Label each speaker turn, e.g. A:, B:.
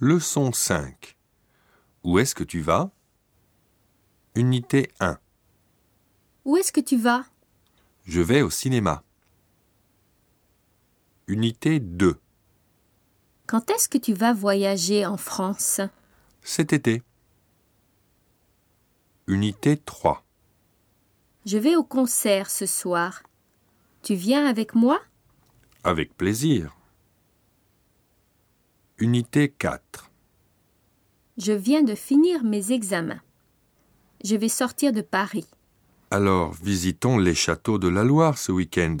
A: Leçon 5. Où est-ce que tu vas Unité 1.
B: Où est-ce que tu vas
A: Je vais au cinéma. Unité 2.
B: Quand est-ce que tu vas voyager en France
A: Cet été. Unité 3.
B: Je vais au concert ce soir. Tu viens avec moi
A: Avec plaisir. Unité 4.
B: Je viens de finir mes examens. Je vais sortir de Paris.
A: Alors, visitons les châteaux de la Loire ce week-end.